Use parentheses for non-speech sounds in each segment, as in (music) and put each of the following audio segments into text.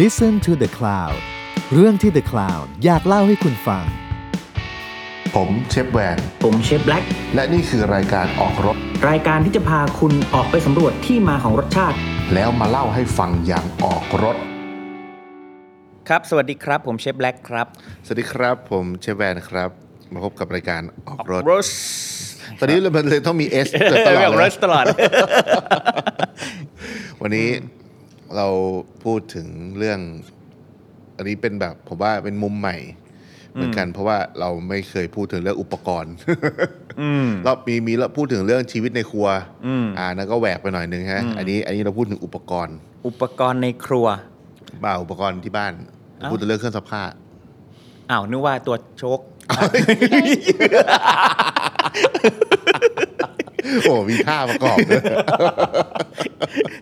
Listen to the Cloud เรื่องที่ The Cloud อยากเล่าให้คุณฟัง ผมเชฟแวน ผมเชฟแบล็ก และนี่คือรายการออกรถ รายการที่จะพาคุณออกไปสำรวจที่มาของรสชาติ แล้วมาเล่าให้ฟังอย่างออกรถ ครับ สวัสดีครับ ผมเชฟแบล็กครับ สวัสดีครับ ผมเชฟแวนครับ มาพบกับรายการออกรถ รส ตอนนี้เราเลยต้องมีเอสตลอด แบบ เล ร ย ส (laughs) ตลอด วันนี้เราพูดถึงเรื่อง อันนี้เป็นแบบผมว่าเป็นมุมใหม่ เหมือนกันเพราะว่าเราไม่เคยพูดถึงเรื่องอุปกรณ์ (laughs) เรามีมีเราพูดถึงเรื่องชีวิตในครัวอ่าแล้วก็แหวกไปหน่อยนึงฮะอันนี้ อันนี้เราพูดถึงอุปกรณ์ อุปกรณ์ในครัว บ่าอุปกรณ์ที่บ้าน เอ้า พูดถึงเรื่องเครื่องซักผ้า อ้าวนึกว่าตัวโช (laughs) ก โอ้ มีท่าประกอบด้วย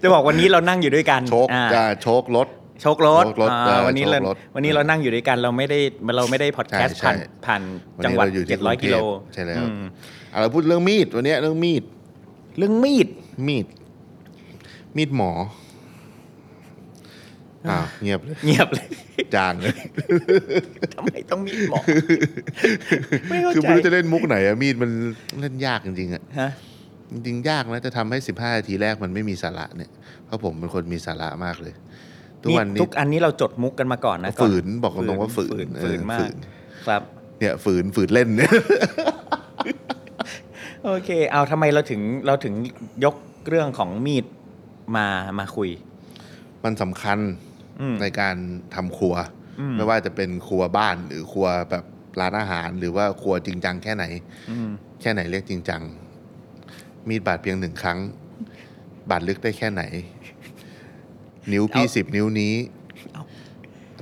จะบอกวันนี้เรานั่งอยู่ด้วยกัน โชก อ่า อ่าโชกรถ โชกรถ โชครถ อ่า เออ วันนี้เรา โชครถ วันนี้เรานั่งอยู่ด้วยกันเราไม่ได้เราไม่ได้พอดแคสต์ ใช่ ผ่าน ใช่ ผ่าน วัน จัง นี้ หวัด เราอยู่ที่งเทพ700กิโล ใช่แล้ว อืม อ่ะเราพูดเรื่องมีดวันเนี้ยเรื่องมีด เรื่องมีด (laughs) มีด มีดหมอ อ้าวเงียบเลย เงียบเลย (laughs) จางเลย ทำไมต้องมีด (laughs) หมอไม่เข้า คือ ใจ ไม่รู้จะเล่นมุกไหนอะมีดมันเล่นยากจริงๆอะ ฮะ จริงๆยากนะจะทำให้สิบห้านาทีแรกมันไม่มีสาระเนี่ย เพราะผมเป็นคนมีสาระมากเลย ทุก นี่ วันนี้ ทุกอันนี้เราจดมุกกันมาก่อนนะ ฝืนบอกตรงๆว่าฝืน ฝืน เออ ฝืนมา ฝื ก น ครับ เนี่ย ฝืนฝืนเล่นเนี่ย (laughs) โอเค เอาทำไมเราถึงเราถึงยกเรื่องของมีดมามาคุย มันสำคัญ อืม ในการทำครัว อืม ไม่ว่าจะเป็นครัวบ้านหรือครัวแบบร้านอาหาร หรือว่าครัวจริงจังแค่ไหน อืม แค่ไหนเรียกจริงจัง มีดบาดเพียงหนึ่งครั้ง บาดลึกได้แค่ไหน นิ้วพี่สิบนิ้วนี้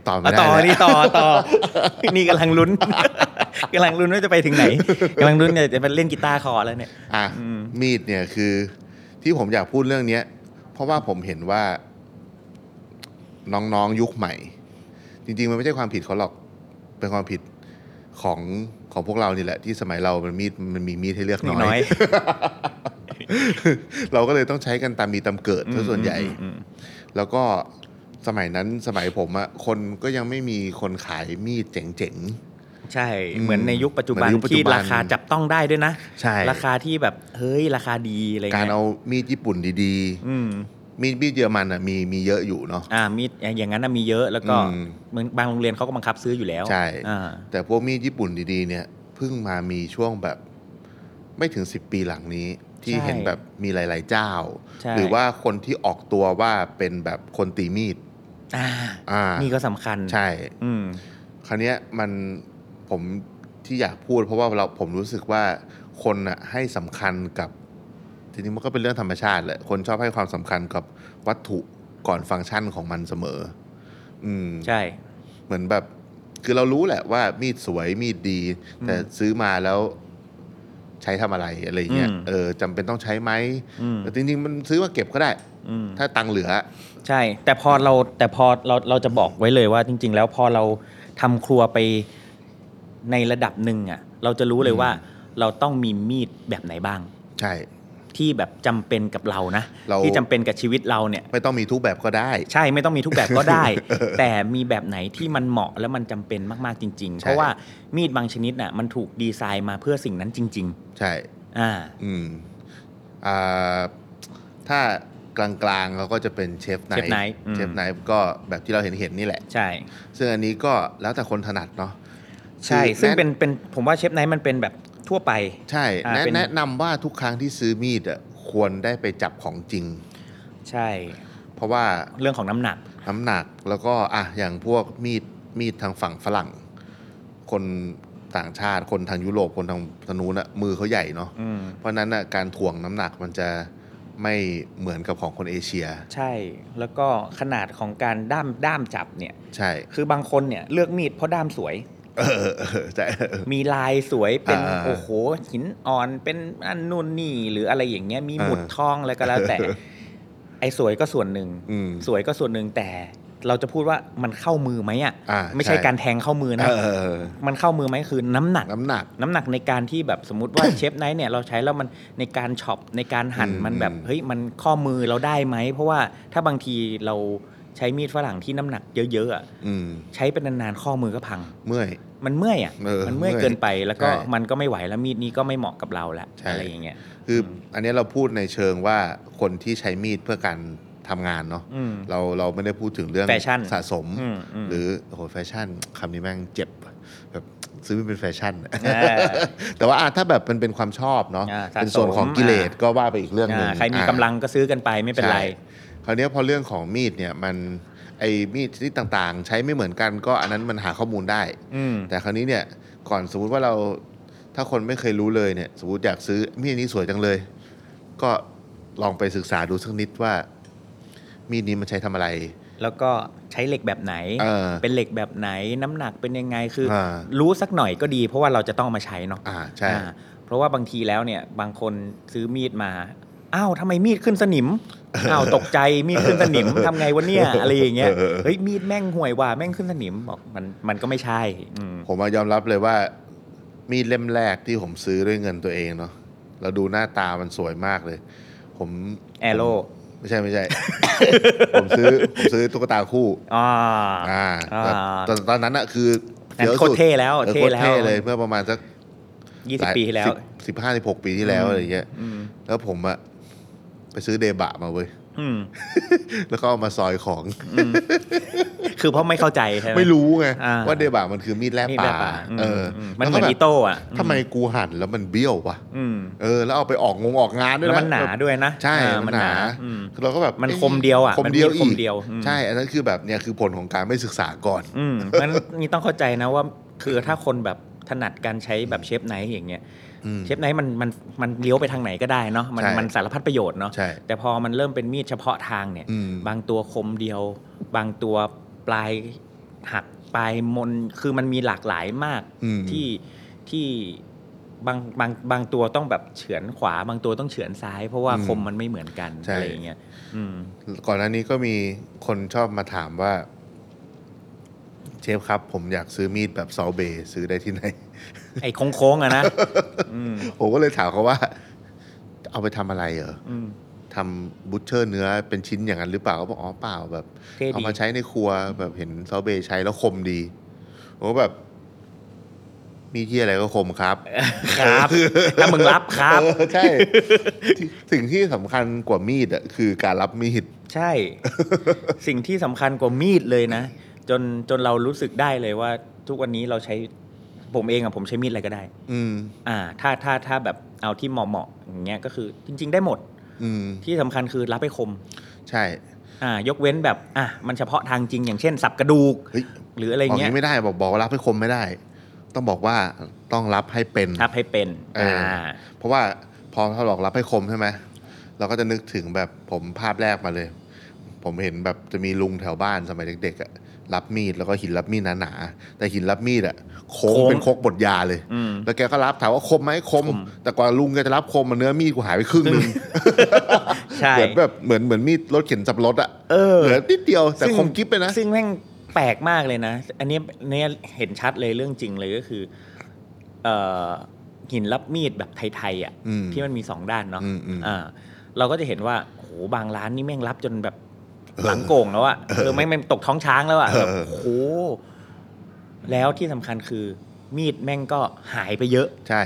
ตอบไม่ เอา ได้ ต่อ แล้ว นี่ต่อต่อ นี่ก (laughs) ำลังลุ้น กำลังลุ้นว่าจะไปถึงไหน (laughs) กำลังลุ้นเนี่ยจะไปเล่นกีตาร์คอแล้วเนี่ย อ่ะ อืม มีดเนี่ยคือ ที่ผมอยากพูดเรื่องเนี้ย เพราะว่าผมเห็นว่า น้องๆยุคใหม่ จริง ๆ มันไม่ใช่ความผิดเขาหรอก เป็นความผิดของของพวกเรานี่แหละ ที่สมัยเรามันมีดมันมีมีดให้เลือก นิด น้ น้ อ อย ย (laughs) เราก็เลยต้องใช้กันตามมีตามเกิดซะส่วนใหญ่ อืม แล้วก็สมัยนั้นสมัยผมอะคนก็ยังไม่มีคนขายมีดเจ๋ง ใช่ อืม เหมือนในยุคปัจจุบัน เหมือนยุคปัจจุ ที่ บัน ราคาจับต้องได้ด้วยนะ ใช่ ราคาที่แบบเฮ้ยราคาดีอะไร ๆ การ เงี้ย เอามีดญี่ปุ่นดี อืม ๆ มีดมีดเยอรมันอะมีมีเยอะอยู่เนาะ อ่ามีอย่างนั้นน่ะมีเยอะแล้วก็ อืม เหมือนบางโรงเรียนเขาก็บังคับซื้ออยู่แล้ว ใช่ อ่า แต่พวกมีดญี่ปุ่นดีๆ เนี่ยเพิ่งมามีช่วงแบบไม่ถึง 10 ปีหลังนี้ ที่เห็นแบบมีหลาย ๆ เจ้า ใช่ หรือว่าคนที่ออกตัวว่าเป็นแบบคนตีมีด อ่า อ่า นี่ก็สำคัญ ใช่ อืม คราวเนี้ยมันผมที่อยากพูด เพราะว่าเราผมรู้สึกว่าคนอะให้สำคัญกับจริงๆมันก็เป็นเรื่องธรรมชาติแหละคนชอบให้ความสำคัญกับวัตถุก่อนฟังก์ชันของมันเสมอ อืม ใช่ เหมือนแบบ คือเรารู้แหละว่ามีดสวยมีดดี แต่ซื้อมาแล้วใช้ทำอะไรอะไรอย่างเงี้ยเออจำเป็นต้องใช้ไหม อืม แต่จริง ๆ มันซื้อมาเก็บก็ได้ อืม ถ้าตังค์เหลือ ใช่ แต่พอเราแต่พอเราเราจะบอกไว้เลยว่าจริง ๆ แล้วพอเราทำครัวไปในระดับหนึ่งอ่ะ เราจะรู้เลยว่า เราต้องมีมีดแบบไหนบ้าง ใช่ ที่แบบจำเป็นกับเรานะ เรา ที่จำเป็นกับชีวิตเราเนี่ย ไม่ต้องมีทุกแบบก็ได้ ใช่ไม่ต้องมีทุกแบบก็ได้ แต่มีแบบไหนที่มันเหมาะและมันจำเป็นมาก ๆ จริง ๆ ใช่ เพราะว่ามีดบางชนิดน่ะมันถูกดีไซน์มาเพื่อสิ่งนั้นจริง ใช่ ๆ อ่า อืมอ่าถ้ากลางๆเขาก็จะเป็นเชฟไน เชฟไนท์อืม เชฟไนท์ก็แบบที่เราเห็นเห็นๆนี่แหละ ใช่ ซึ่งอันนี้ก็แล้วแต่คนถนัดเนาะ ใช่ คือ ซึ่งเป็น แะ เป็นผมว่าเชฟไนท์มันเป็นแบบทั่วไป ใช่ อ่า แนะ เป็น แนะนำว่าทุกครั้งที่ซื้อมีดอะควรได้ไปจับของจริง ใช่ เพราะว่า เรื่องของน้ำหนัก น้ำหนักแล้วก็อ่ะอย่างพวกมีดมีดทางฝั่งฝรั่ง คนต่างชาติคนทางยุโรปคนทางทางนู้นอะมือเขาใหญ่เนาะ อืม เพราะฉะนั้นอะการถ่วงน้ำหนักมันจะไม่เหมือนกับของคนเอเชีย ใช่แล้วก็ขนาดของการด้ามด้ามจับเนี่ย ใช่ คือบางคนเนี่ยเลือกมีดเพราะด้ามสวย เออเออใช่ มีลายสวยเป็น อ่า โอ้โหหินอ่อนเป็นอันนู่นนี่หรืออะไรอย่างเงี้ยมีหมุด อ่า ทองอะไรก็แล้วแต่ ไอ้สวยก็ส่วนหนึ่ง อืม สวยก็ส่วนหนึ่งแต่เราจะพูดว่ามันเข้ามือไหมอ่ะ อ่า ไม่ใช่ ใช่ การแทงเข้ามือนะ เออเออเออ มันเข้ามือไหมคือน้ำหนัก น้ำหนัก น้ำหนักในการที่แบบสมมติว่า (coughs) เชฟไนท์เนี่ยเราใช้แล้วมันในการช็อปในการหั่น อืม มันแบบ อืม เฮ้ยมันข้อมือเราได้ไหมเพราะว่าถ้าบางทีเรา ใช้มีดฝรั่งที่น้ำหนักเยอะๆอะ อืม ใช้เป็นนานๆข้อมือก็พัง เมื่อย มันเมื่อยอ่ะ เออ มันเมื่อย เมื่อย เกินไปแล้วก็ ใช่ มันก็ไม่ไหวแล้วมีดนี้ก็ไม่เหมาะกับเราละ ใช่ อะไรอย่างเงี้ย คืออ ม อันนี้เราพูดในเชิงว่าคนที่ใช้มีดเพื่อการทำงานเนาะ อืม เราเราไม่ได้พูดถึงเรื่อง แฟชั่น สะสม อืมอืม หรือโอ้โหแฟชั่นคำนี้แม่งเจ็บอะแบบซื้อไม่เป็นแฟชั่นอะ อ่า แต่ว่าอ่ะถ้าแบบมันเป็นความชอบเนาะ อ่าสะสม เป็นส่วนของกิเลส อ่า ก็ว่าไปอีกเรื่องหนึ่ง อ่าใครมี อ่า กำลังก็ซื้อกันไปไม่เป็นไร ใช่คราวเนี้ยพอเรื่องของมีดเนี่ยมันไอ้มีดชนิดต่างๆ ใช้ไม่เหมือนกันก็อันนั้นมันหาข้อมูลได้ อืม แต่คราวนี้เนี่ยก่อนสมมุติว่าเราถ้าคนไม่เคยรู้เลยเนี่ยสมมติอยากซื้อมีดนี้สวยจังเลย ก็ลองไปศึกษาดูสักนิดว่า มีดนี้มันใช้ทำอะไร แล้วก็ใช้เหล็กแบบไหน เออน เหล็กแบบไหน น้ำหนักเป็นยังไงคืออา รู้สักหน่อยก็ดี เพราะว่าเราจะต้องเอามาใช้เนาะ อ่าใช่ อ่าเพราะว่าบางทีแล้วเนี่ยบางคนซื้อมีดมาอ้าวทำไมมีดขึ้นสนิม (laughs) อ้าวตกใจมีดขึ้นสนิมทำไงวะเนี่ยอะไรอย่างเงี้ย เออ เฮ้ยมีดแม่งห่วยว่ะแม่งขึ้นสนิมบอกมันมันก็ไม่ใช่อืม ผมมายอมรับเลยว่า มีดเล่มแรกที่ผมซื้อด้วยเงินตัวเองเนาะเราดูหน้าตามันสวยมากเลย ผม แอโร่ ไม่ใช่ (laughs) ไม่ใช่ ผมซื้อผมซื้อตุ๊กตาคู่ อ่า อ่า อ่า แต่ตอนตอนนั้นอะคือ งั้น ยอะ โคตรเท่แล้ว ออ เท่ โคตรเท่ แล้ว เลยเมื่อประมาณสัก ยี่สิบปีที่แล้ว สิบห้าสิบหกปีที่แล้ว อืม อะไรอย่างเงี้ย อืม แล้วผมอะไปซื้อเดบะมาเว้ย (laughs) อืม (laughs) แล้วก็เอามาซอยของ คือเพราะไม่เข้าใจใช่ไหม ไม่รู้ไง อ่า ว่าเดบะมันคือมีดแลบ นี่ ป่า แบบะม เอออ มมันเห แล้วมือน ก็ อี แบบ โต้อะ ทำไมกูหั่นแล้วมันเบี้ยววะ อืม เออแล้วเอาไปออกงงออกงานด้วย แล้ว นะ มันหนาด้วยนะ ใช่ อ่ามั มันน ห ห นา นา อืม เราก็แบบ มันคมเดียวอะ ค มั ม นมี เดียว ค อี ม ก เดียวอืม ใช่อันนั้นคือแบบเนี่ยคือผลของการไม่ศึกษาก่อน อืมมันนี่ต้องเข้าใจนะว่าคือถ้าคนแบบถนัดการใช้แบบเชฟไนท์อย่างเงี้ย อืม เชฟไนท์มันมันมันเลี้ยวไปทางไหนก็ได้เนาะมัน ใช่ มันสารพัดประโยชน์เนาะ ใช่ แต่พอมันเริ่มเป็นมีดเฉพาะทางเนี่ย อืม บางตัวคมเดียว บางตัวปลายหักปลายมนคือมันมีหลากหลายมาก อืม ที่ที่บางบางบางตัวต้องแบบเฉือนขวา บางตัวต้องเฉือนซ้าย เพราะว่าคมมันไม่เหมือนกันอะไรอย่างเงี้ยอืม ก่อนหน้านี้ก็มีคนชอบมาถามว่า เชฟครับ ผมอยากซื้อมีดแบบซอเบย์ซื้อได้ที่ไหน ไอ้โค้งๆอะ (laughs) นะอืม ผมก็เลยถามเขาว่า เอาไปทำอะไรเหรอ อืม ทำบุชเชอร์เนื้อเป็นชิ้นอย่างนั้นหรือเปล่าเขาบอกอ๋อเปล่าแบบ เท่ดี เอามาใช้ในครัวแบบเห็นซอเบย์ใช้แล้วคมดีผมก็แบบ มีที่อะไรก็คมครับ ครับถ้ามึงรับ (laughs) ครับ เออใช่ ที่สิ่งที่สำคัญกว่ามีดอะคือการรับมีด ใช่ สิ่งที่สำคัญกว่ามีดเลยนะ จนจนเรารู้สึกได้เลยว่า ทุกวันนี้เราใช้ผมเองอะผมใช้มีดอะไรก็ได้ อืม อ่า ถ้าถ้าถ้าแบบเอาที่เหมาะเหมาะๆอย่างเงี้ยก็คือ จริง ๆ ได้หมด อืม ที่สำคัญคือรับให้คม ใช่ อ่า ยกเว้นแบบอ่ะมันเฉพาะทางจริงอย่างเช่น สับกระดูก เฮ้ย หรืออะไร บอกอ เงี้ ย่ายงนี้ไม่ได้บอกบอกว่ารับให้คมไม่ได้ ต้องบอกว่าต้องรับให้เป็น ทับให้เป็น เออ อ่า อ่ เพราะว่าพอเราบอกรับให้คมใช่ไหมเราก็จะนึกถึงแบบผมภาพแรกมาเลย ผมเห็นแบบจะมีลุงแถวบ้านสมัยเด็กๆอะรับมีดแล้วก็หินรับมีดหนาๆแต่หินรับมีดอะโค้ง โค้ง เป็นโคกบดยาเลย อืม แล้วแกก็รับถามว่าคมไหมคม คม แต่กว่าลุงแกจะรับคมมันเนื้อมีดกูหายไปครึ่งหนึง ใช่ เหมือนแบบเหมือนเหมือนมีดรถเข็นสับปะรถอะ เออ เหลือนิดเดียวแต่ ซึ่ง คมกิ๊บเลยนะ ซึ่งแม่งแปลกมากเลยนะ อันนี้เนี่ยเห็นชัดเลยเรื่องจริงเลยก็คือเอ่อหินรับมีดแบบไทยๆอ่ะ อืม ที่มันมีสองด้านเนาะ อืมอืม อ่าเราก็จะเห็นว่าโหบางร้านนี่แม่งรับจนแบบ เออ หลังโก่งแล้วอะเออแม่งแม่งตกท้องช้างแล้วอะ เออ แบบโหแล้วที่สำคัญคือ มีดแม่งก็หายไปเยอะ ใช่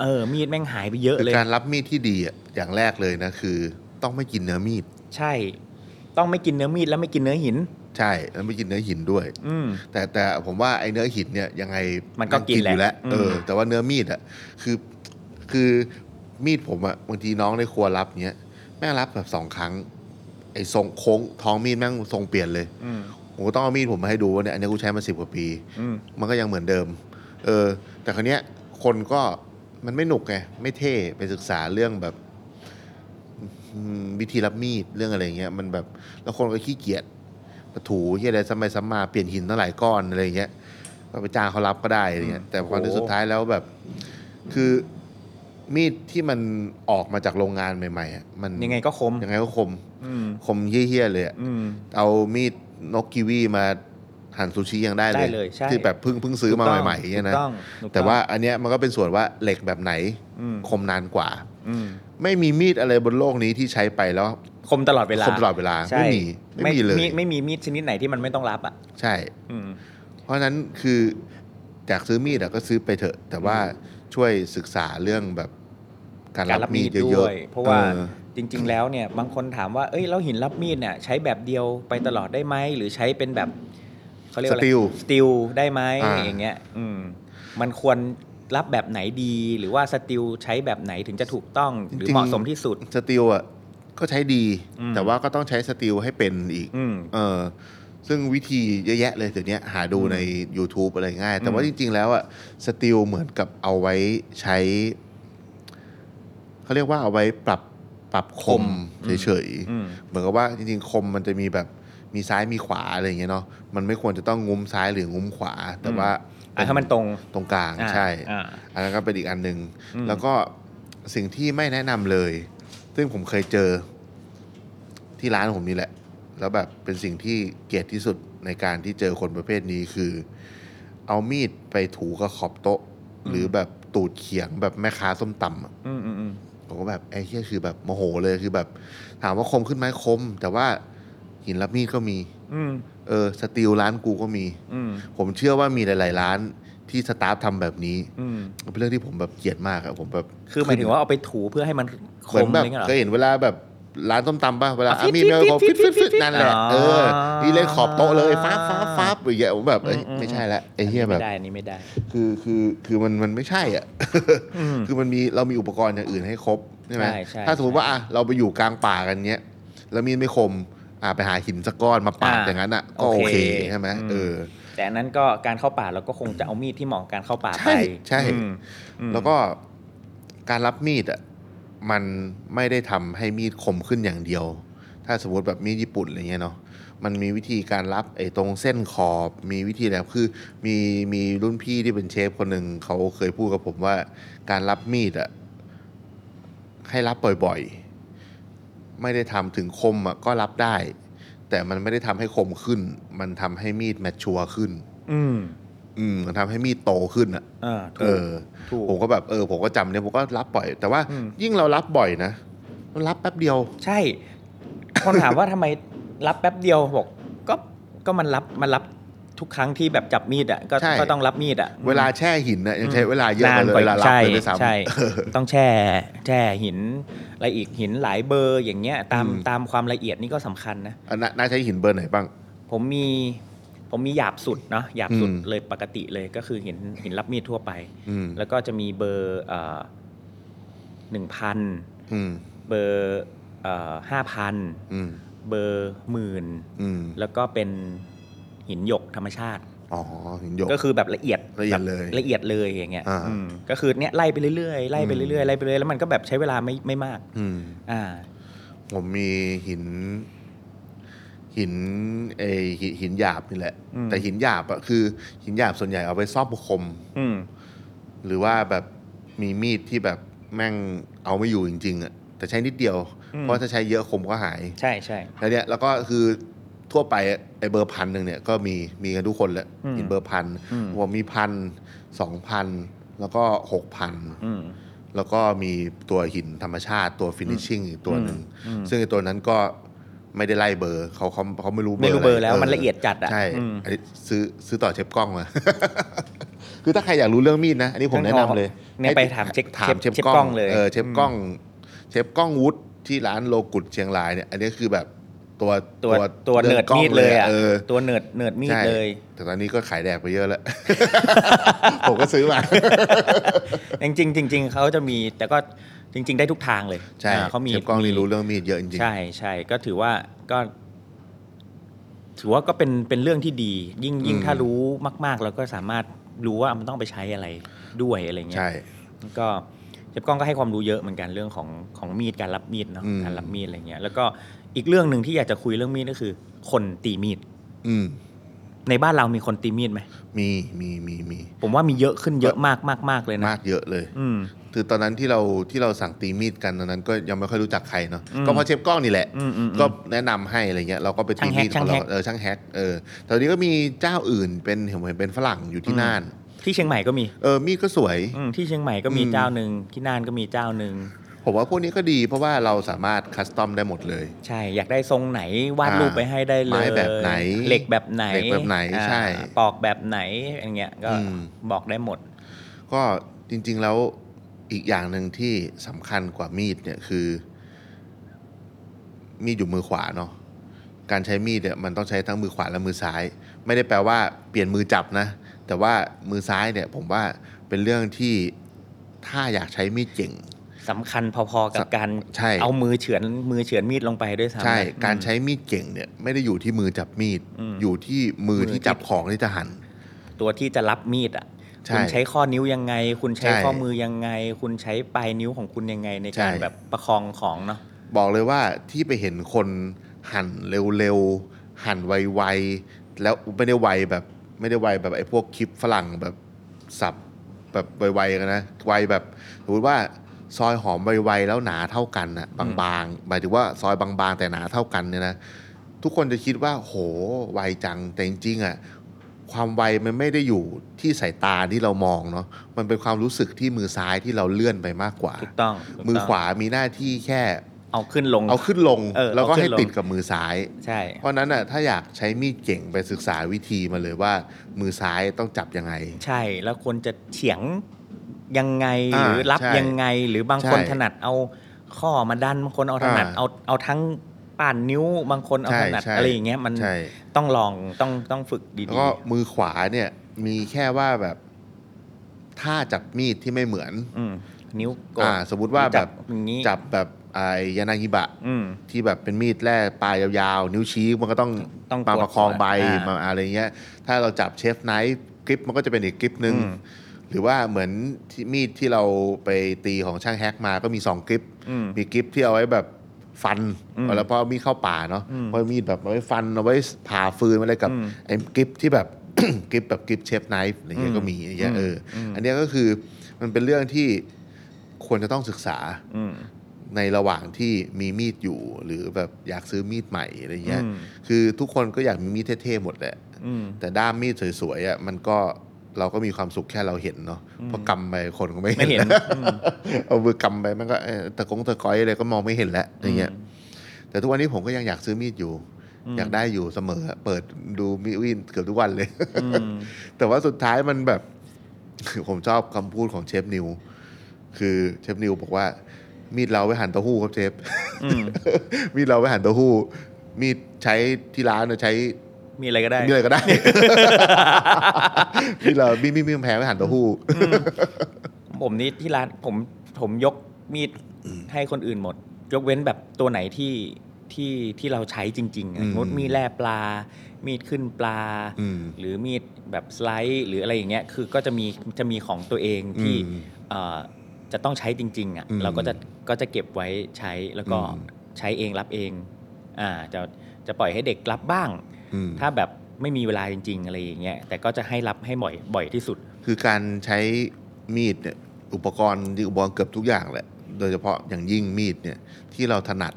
เออ มีดแม่งหายไปเยอะ คือ เลย การรับมีดที่ดีอะอย่างแรกเลยนะคือ ต้องไม่กินเนื้อมีด ใช่ ต้องไม่กินเนื้อมีดแล้วไม่กินเนื้อหิน ใช่แล้วไม่กินเนื้อหินด้วย อืม แต่แต่ผมว่าไอ้เนื้อหินเนี่ยยังไง มันก็กิน อ แหละ ยู่แล้ว อืม เออ แต่ว่าเนื้อมีดอ่ะคือคือมีดผมอ่ะบางทีน้องในครัวรับเนี้ยแม่งรับแบบสองครั้ง ไอ้ทรงโค้งท้องมีดแม่งทรงเปลี่ยนเลย อืม ผมก็ต้องเอามีดผมมาให้ดูว่าเนี่ยอันนี้กูใช้มาสิบกว่าปี อืม มันก็ยังเหมือนเดิม เออ แต่ครั้เนี้ยคนก็มันไม่หนุกไงไม่เท่ไปศึกษาเรื่องแบบอืมวิธีรับมีดเรื่องอะไรเงี้ยมันแบบแล้วคนก็ขี้เกียจมาถูที่อะไรซ้ำไปซ้ำมาเปลี่ยนหินตั้งหลายก้อนอะไรเงี้ยก็ไปจ้างเขารับก็ได้อะไรเงี้ยแต่พอ โอ้ ที่ โห สุดท้ายแล้วแบบ คือมีดที่มันออกมาจากโรงงานใหม่ๆอะมัน ยังไงก็คม ยังไงก็คม อืม คมเหี้ยๆเลยอะ อืม เอามีดนกกีวีมาหั่นซูชิยังได้ ได้เลยใช่ ที่แบบเพิ่งเพิ่งซื้อมาใหม่ๆเนี่ยนะ ถูกต้องถูกอง แต่ว่าอันเนี้ยมันก็เป็นส่วนว่าเหล็กแบบไหน อืม คมนานกว่า อืม ไม่มีมีดอะไรบนโลกนี้ที่ใช้ไปแล้ว คมตลอดเวลา คมตลอดเวลา ใช่ ไม่มีไม่มีเลย ไม่มีมีดชนิดไหนที่มันไม่ต้องรับอ่ะ ใช่ อืม เพราะฉะนั้นคืออยากซื้อมีดอะก็ซื้อไปเถอะ แต่ว่าช่วยศึกษาเรื่องแบบการรัการรั บบ มี มี ด ด เย ด้ว อะ ย ๆ เพราะว่า ออ จริง ๆ แล้วเนี่ยบางคนถามว่าเอ้ยแล้วหินรับมีดเนี่ยใช้แบบเดียวไปตลอดได้ไหมหรือใช้เป็นแบบเขาเรียกว่าอะไร Steel สติลได้ไหม อ่า อย่างเงี้ยอืมมันควรรับแบบไหนดี หรือว่าสติลใช้แบบไหนถึงจะถูกต้องหรือเหมาะสมที่สุด สติลอ่ะก็ใช้ดี อืม แต่ว่าก็ต้องใช้สติลให้เป็นอีก อืม เออซึ่งวิธีเยอะแยะเลยเดี๋ยวนี้หาดูใน YouTube อะไรง่าย แต่ว่า อื จ ม ริง ๆ แล้วอะสติลเหมือนกับเอาไว้ใช้ เขาเรียกว่าเอาไว้ปรับปรับคมเฉยๆ อืม เหมือนกับว่าจริงๆ คมมันจะมีแบบมีซ้ายมีขวาอะไรอย่างเงี้ยเนาะมันไม่ควรจะต้องงุ้มซ้ายหรืองุ้มขวา แต่ว่า อ่ะถ้ามันตรง ตรงกลาง อ่า ใช่ อ่า อันนั้นก็เป็นอีกอันหนึ่ง อืม แล้วก็สิ่งที่ไม่แนะนำเลย ซึ่งผมเคยเจอที่ร้านผมนี่แหละ แล้วแบบเป็นสิ่งที่เกลียดที่สุดในการที่เจอคนประเภทนี้คือ เอามีดไปถูกับขอบโต๊ะ หรือแบบตูดเขียงแบบแม่ค้าส้มตำอะ อืมอืมอืม ผมก็แบบไอ้เหี้ยคือแบบโมโหเลยคือแบบ ถามว่าคมขึ้นไหมคม แต่ว่าหินรับมีดก็มี อืม เออสตีลร้านกูก็มี อืม ผมเชื่อว่ามีหลาย ๆ ร้านที่สตาฟทำแบบนี้ อืม มันเป็นเรื่องที่ผมแบบเกลียดมากอะผมแบบ คือหมายถึงว่าเอาไปถูเพื่อให้มันค เหมือ ม นแบบอะไรเงี้ยเหรอ เคยเห็นเวลาแบบร้านต้มตำป่ะเวลา อ่ะ อ่ะมีด ฟิ แม ต ว ฟิต ผม ฟิ ฟิตตฟิ ฟิ ต ต ฟิ ฟิตตนั่นแหละ อ๋อ เออที่เล่นขอบโต๊ะเลยฟ้าฟ้าฟ้าอย่างเงี้ยผมแบบเอ้ย อื ไม่ใช่ละไอ้เหี้ย น แบ นี้ บ ไม่ได้อันนี้ไม่ได้ คือคือคือมันมันไม่ใช่อ่ะ อืม คือมันมีเรามีอุปกรณ์อย่างอื่นให้ครบใช่ไหม ใช่ใช่ ถ้าสมมติว่าอ่ะเราไปอยู่กลางป่ากันเนี้ยแล้วมีดไม่คมอ่ะไปหาหินสักก้อนมาปาด อ่า อย่างนั้นอ่ะก็ โอ โอ เค เคใช่ไหม อืม เออ แต่อันนั้นก็การเข้าป่าเราก็คงจะเอามีดที่เหมาะกับการเข้าป่า ใช่ ไป ใช่ อืมอืม แล้วก็การรับมีดอ่ะมันไม่ได้ทำให้มีดคมขึ้นอย่างเดียว ถ้าสมมติแบบมีดญี่ปุ่นอะไรเงี้ยเนาะมันมีวิธีการรับไอ้ตรงเส้นขอบ มีวิธีแล้วคือมีมีรุ่นพี่ที่เป็นเชฟคนหนึ่งเขาเคยพูดกับผมว่า การรับมีดอ่ะให้รับบ่อยๆ ไม่ได้ทำถึงคมอ่ะก็รับได้ แต่มันไม่ได้ทำให้คมขึ้น มันทำให้มีดแมชชัวขึ้น อืม อืมมันทำให้มีดโตขึ้นอ่ะ เอ่าถู เอก อ ถูก ผมก็แบบเออ ผมก็จำเนี่ยผมก็รับบ่อย แต่ว่า อืม ยิ่งเรารับบ่อยนะมันรับแป๊บเดียว ใช่ คนถามว่าทำไมรับแป๊บเดียวบอกก็ก็มันรับมันรับทุกครั้งที่แบบจับมีดอ่ะก็ ใช่ ก็ต้องรับมีดอ่ะ เวลาแช่หินนะยังใช้เวลาเยอะ นากน ว่าเลย กว่า เวลารับ ใช่ เลยด้วยซ้ำ ใช่ ต้องแช่แช่หินอะไรอีกหินหลายเบอร์อย่างเงี้ย ตาม อืม ตามความละเอียดนี่ก็สำคัญนะ อันนั้นน่าใช้หินเบอร์ไหนบ้าง ผมมีผมมีหยาบสุดเนาะหยาบสุด อืม เลยปกติเลยก็คือหินหินรับมีดทั่วไป อืม แล้วก็จะมีเบอร์หนึ่งพัน อืม เบอร์ห้าพัน อืม เบอร์หมื่น อืม แล้วก็เป็นหินหยกธรรมชาติ อ๋อหินหยก ก็คือแบบละเอียด ละเอียดเลย แบบละเอียดเลยอย่างเงี้ย อ่า อืมก็คือเนี้ยไล่ไปเรื่อยๆไล่ไปเรื่อยๆไล่ไปเรื่อยๆแล้วมันก็แบบใช้เวลาไม่ไม่มาก อืม อ่า ผมมีหิน หินเออหินหินหยาบนี่แหละ อืม แต่หินหยาบอะคือ หินหยาบส่วนใหญ่เอาไปซ่อมคม อืม หรือว่าแบบมีมีดที่แบบแม่งเอาไม่อยู่จริงๆอะแต่ใช้นิดเดียว เพราะถ้าใช้เยอะคมก็หาย ใช่ใช่ แล้วเนี่ยแล้วก็คือทั่วไปอะไอ้เบอร์พันหนึ่งเนี่ยก็มีมีกันทุกคนแหละ อืม มีเบอร์พัน อืม ว่ามีพันสองพันแล้วก็หกพัน อืม แล้วก็มีตัวหินธรรมชาติตัวฟินิชชิ่งอีกตัวหนึ่ง อืม ซึ่งไอ้ตัวนั้นก็ไม่ได้ไล่เบอร์เขาเขาเขาไม่รู้เบอร์ ไม่รู้เบอร์แล้ว ไ มันละเอียดจัดอ่ะ ใช่ อืม อันนี้ซื้อซื้อต่อเชฟกล้องมา (laughs) คือถ้าใครอยากรู้เรื่องมีดนะ อันนี้ผมแนะนำเลย เนี่ยไปถามเชฟ ถา เช ม ฟ เชฟ เชฟ กล้ กล้ อ องงเลย เออเชฟกล้อง เชฟกล้องวุฒที่ร้านโลกุดเชียงรายเนี่ย อันนี้คือแบบตัว ตัวตัวเนิร์ด กล้อง มีดเลยอ่ะ เออ ตัวเนิร์ดเนิร์ดมีด ใช่ เลย แต่ตอนนี้ก็ขายแดกไปเย (laughs) อะแล้ว ผมก็ซื้อมา จริงๆจริงๆเขาจะมีแต่ก็จริง ๆ ได้ทุกทางเลย ใช่ อ่าเขามี เชฟกล้องนี่รู้เรื่องมีดเยอะจริงๆ ใช่ใช่ก็ถือว่าก็ ถือว่าก็เป็นเป็นเรื่องที่ดี ยิ่งยิ่ง อืม ถ้ารู้มากๆเราก็สามารถรู้ว่ามันต้องไปใช้อะไรด้วยอะไรเงี้ย ใช่ ก็เชฟกล้องก็ให้ความรู้เยอะเหมือนกันเรื่องของของมีดการรับมีดเนาะ อืม การรับมีดอะไรเงี้ย แล้วก็อีกเรื่องหนึ่งที่อยากจะคุยเรื่องมีดก็คือ คนตีมีด อืม ในบ้านเรามีคนตีมีดไหม มีมีมีมี ผมว่ามีเยอะขึ้นเยอะมากมากมากเลยนะ มากเยอะเลย อืม คือตอนนั้นที่เราที่เราสั่งตีมีดกันตอนนั้นก็ยังไม่ค่อยรู้จักใครเนาะ อืม ก็เพราะเชฟกล้องนี่แหละ อืมอืมอืม ก็แนะนำให้อะไรเงี้ยเราก็ไปตีมีดข ช่า อง งแฮก เรา ช่างแฮก เออช่างแฮกเออแตอนนี้ก็มีเจ้าอื่นเป็นเห็นเห็นเป็นฝรั่งอยู่ที่น่าน ที่เชียงใหม่ก็มี เออมีดก็สวย อืมที่เชียงใหม่ก็มี อืม เจ้าหนึ่งที่น่านก็มีเจ้าหนึ่ง ผมว่าพวกนี้ก็ดีเพราะว่าเราสามารถคัสตอมได้หมดเลย ใช่ อยากได้ทรงไหนวาดรูปไปให้ได้เลย ไม้แบบไหน เหล็กแบบไหน เหล็กแบบไหน อ่า ใช่ ปอกแบบไหนอย่างเงี้ยก็ อืม บอกได้หมด ก็จริง ๆ แล้วอีกอย่างหนึ่งที่สำคัญกว่ามีดเนี่ยคือ มีดอยู่มือขวาเนาะการใช้มีดเนี่ยมันต้องใช้ทั้งมือขวาและมือซ้าย ไม่ได้แปลว่าเปลี่ยนมือจับนะ แต่ว่ามือซ้ายเนี่ย ผมว่าเป็นเรื่องที่ถ้าอยากใช้มีดเก่ง สำคัญพอๆกับการ ใช่ เอามือเฉือนมือเฉือนมีดลงไปด้วยซ้ำ ใช่ อืม การใช้มีดเก่งเนี่ย ไม่ได้อยู่ที่มือจับมีด อืม อยู่ที่มือ มือที่ ที่จับของที่จะหัน ตัวที่จะรับมีดอ่ะ ใช่ คุณใช้ข้อนิ้วยังไง คุณใช้ ใช่ ข้อมือยังไง คุณใช้ปลายนิ้วของคุณยังไงใน ใช่ การแบบประคองของเนาะ บอกเลยว่าที่ไปเห็นคนหั่นเร็วๆ หั่นไวๆ แล้วไม่ได้ไวแบบ ไม่ได้ไวแบบไอ้พวกคลิปฝรั่งแบบสับแบบไวๆกันนะ ไวแบบสมมติว่าซอยหอมไวๆแล้วหนาเท่ากันนะบางๆหมายถึงว่าซอยบางๆ แต่หนาเท่ากันเนี่ยนะทุกคนจะคิดว่าโหไวจังแต่จริงๆอ่ะความไวมันไม่ได้อยู่ที่สายตาที่เรามองเนาะมันเป็นความรู้สึกที่มือซ้ายที่เราเลื่อนไปมากกว่า ถูกต้องถูก มือ ต้ง ขวามีหน้าที่แค่ เอาขึ้นลง เอาขึ้นลง เออ แล้วก็ เอาขึ้ ให้ นลง ติดกับมือซ้าย ใช่ เพราะฉะนั้นอ่ะถ้าอยากใช้มีดเก่งไปศึกษาวิธีมาเลยว่า มือซ้ายต้องจับยังไง ใช่แล้วควรจะเฉียงยังไง อ่า หรือรับ ใช่ ยังไง หรือบางคน ใช่ ถนัดเอาข้อมาดันบางคนเอาถนัด อ่า เอาเอาทั้งป่านนิ้วบางคนเอาถนัดอะไรอย่างเงี้ยมัน ใช่ ต้องลองต้องต้องฝึก แล้ว ดี ก็มือขวาเนี่ยมีแค่ว่าแบบท่าจับมีดที่ไม่เหมือน ๆอืมนิ้วกด อ่าสมมุติว่าแบบ อย่างนี้ จับแบบไอ้ยานาฮิบะ อืม ที่แบบเป็นมีดแร่ปลายยาวๆ นิ้วชี้มันก็ต้อง ต้อง มาประคองใบ อ่าม มาอะไรเงี้ย ถ้าเราจับเชฟไนท์กริปมันก็จะเป็นอีกกริปหนึ่ง อืม หรือว่าเหมือนที่มีดที่เราไปตีของช่างแฮกมาก็มีสองกริป อืม มีกริปที่เอาไว้แบบฟัน อืม แล้วพอมีดเข้าป่าเนาะ อืม เพราะมีดแบบเอาไว้ฟันเอาไว้ผ่าฟืนอะไรกับ อืม ไอ้กริปที่แบบ (coughs) กริปแบบกริปเชฟไนฟ์อะไรเงี้ย อืม ก็มีอะไรเงี้ยเอออ ม อันเนี้ยก็คือมันเป็นเรื่องที่ควรจะต้องศึกษา อืม ในระหว่างที่มีมีดอยู่ หรือแบบอยากซื้อมีดใหม่อะไรเงี้ย อืม คือทุกคนก็อยากมีมีดเท่ๆหมดแหละ อืม แต่ด้ามมีดสวยๆอ่ะมันก็เราก็มีความสุขแค่เราเห็นเนาะเพราะกำไปคนก็ไม่ ไม่เห็นอืม (laughs) เอามือกำไปมันก็เอ่อตะกงตะกอยอะไรก็มองไม่เห็นแล้วอะไรเงี้ย แต่ทุกวันนี้ผมก็ยังอยากซื้อมีดอยู่ อืม อยากได้อยู่เสมอ เปิดดูมีวินเกือบทุกวันเลย (laughs) อืม แต่ว่าสุดท้ายมันแบบ (laughs) ผมชอบคำพูดของเชฟนิว คือเชฟนิวบอกว่า มีดเราไว้หั่นเต้าหู้ครับเชฟ อืม (laughs) มีดเราไว้หั่นเต้าหู้ มีดใช้ที่ร้านน่ะใช้ มีอะไรก็ได้ มีดอะไรก็ได้ (laughs) มีดเรามีมีดมีดกำแพงไว้หั่นเต้าหู้ ผมนี่ที่ร้านผมผมยกมีดให้คนอื่นหมด ยกเว้นแบบตัวไหนที่ที่ที่เราใช้จริงๆอะ อืม สมมติมีดแร่ปลา มีดขึ้นปลา อืม หรือมีดแบบสไลด์หรืออะไรอย่างเงี้ยคือก็จะมีจะมีของตัวเองที่ อืม เอ่อจะต้องใช้จริง ๆอ่ะ อืม เราก็จะก็จะเก็บไว้ใช้แล้วก็ อืม ใช้เองรับเองอ่าจะจะปล่อยให้เด็กรับบ้าง อืม ถ้าแบบไม่มีเวลาจริง ๆ อะไรอย่างเงี้ยแต่ก็จะให้รับให้บ่อยบ่อยที่สุด คือการใช้มีดเนี่ยอุปกรณ์จริงๆอุปกรณ์เกือบทุกอย่างแหละ โดยเฉพาะอย่างยิ่งมีดเนี่ยที่เราถนัด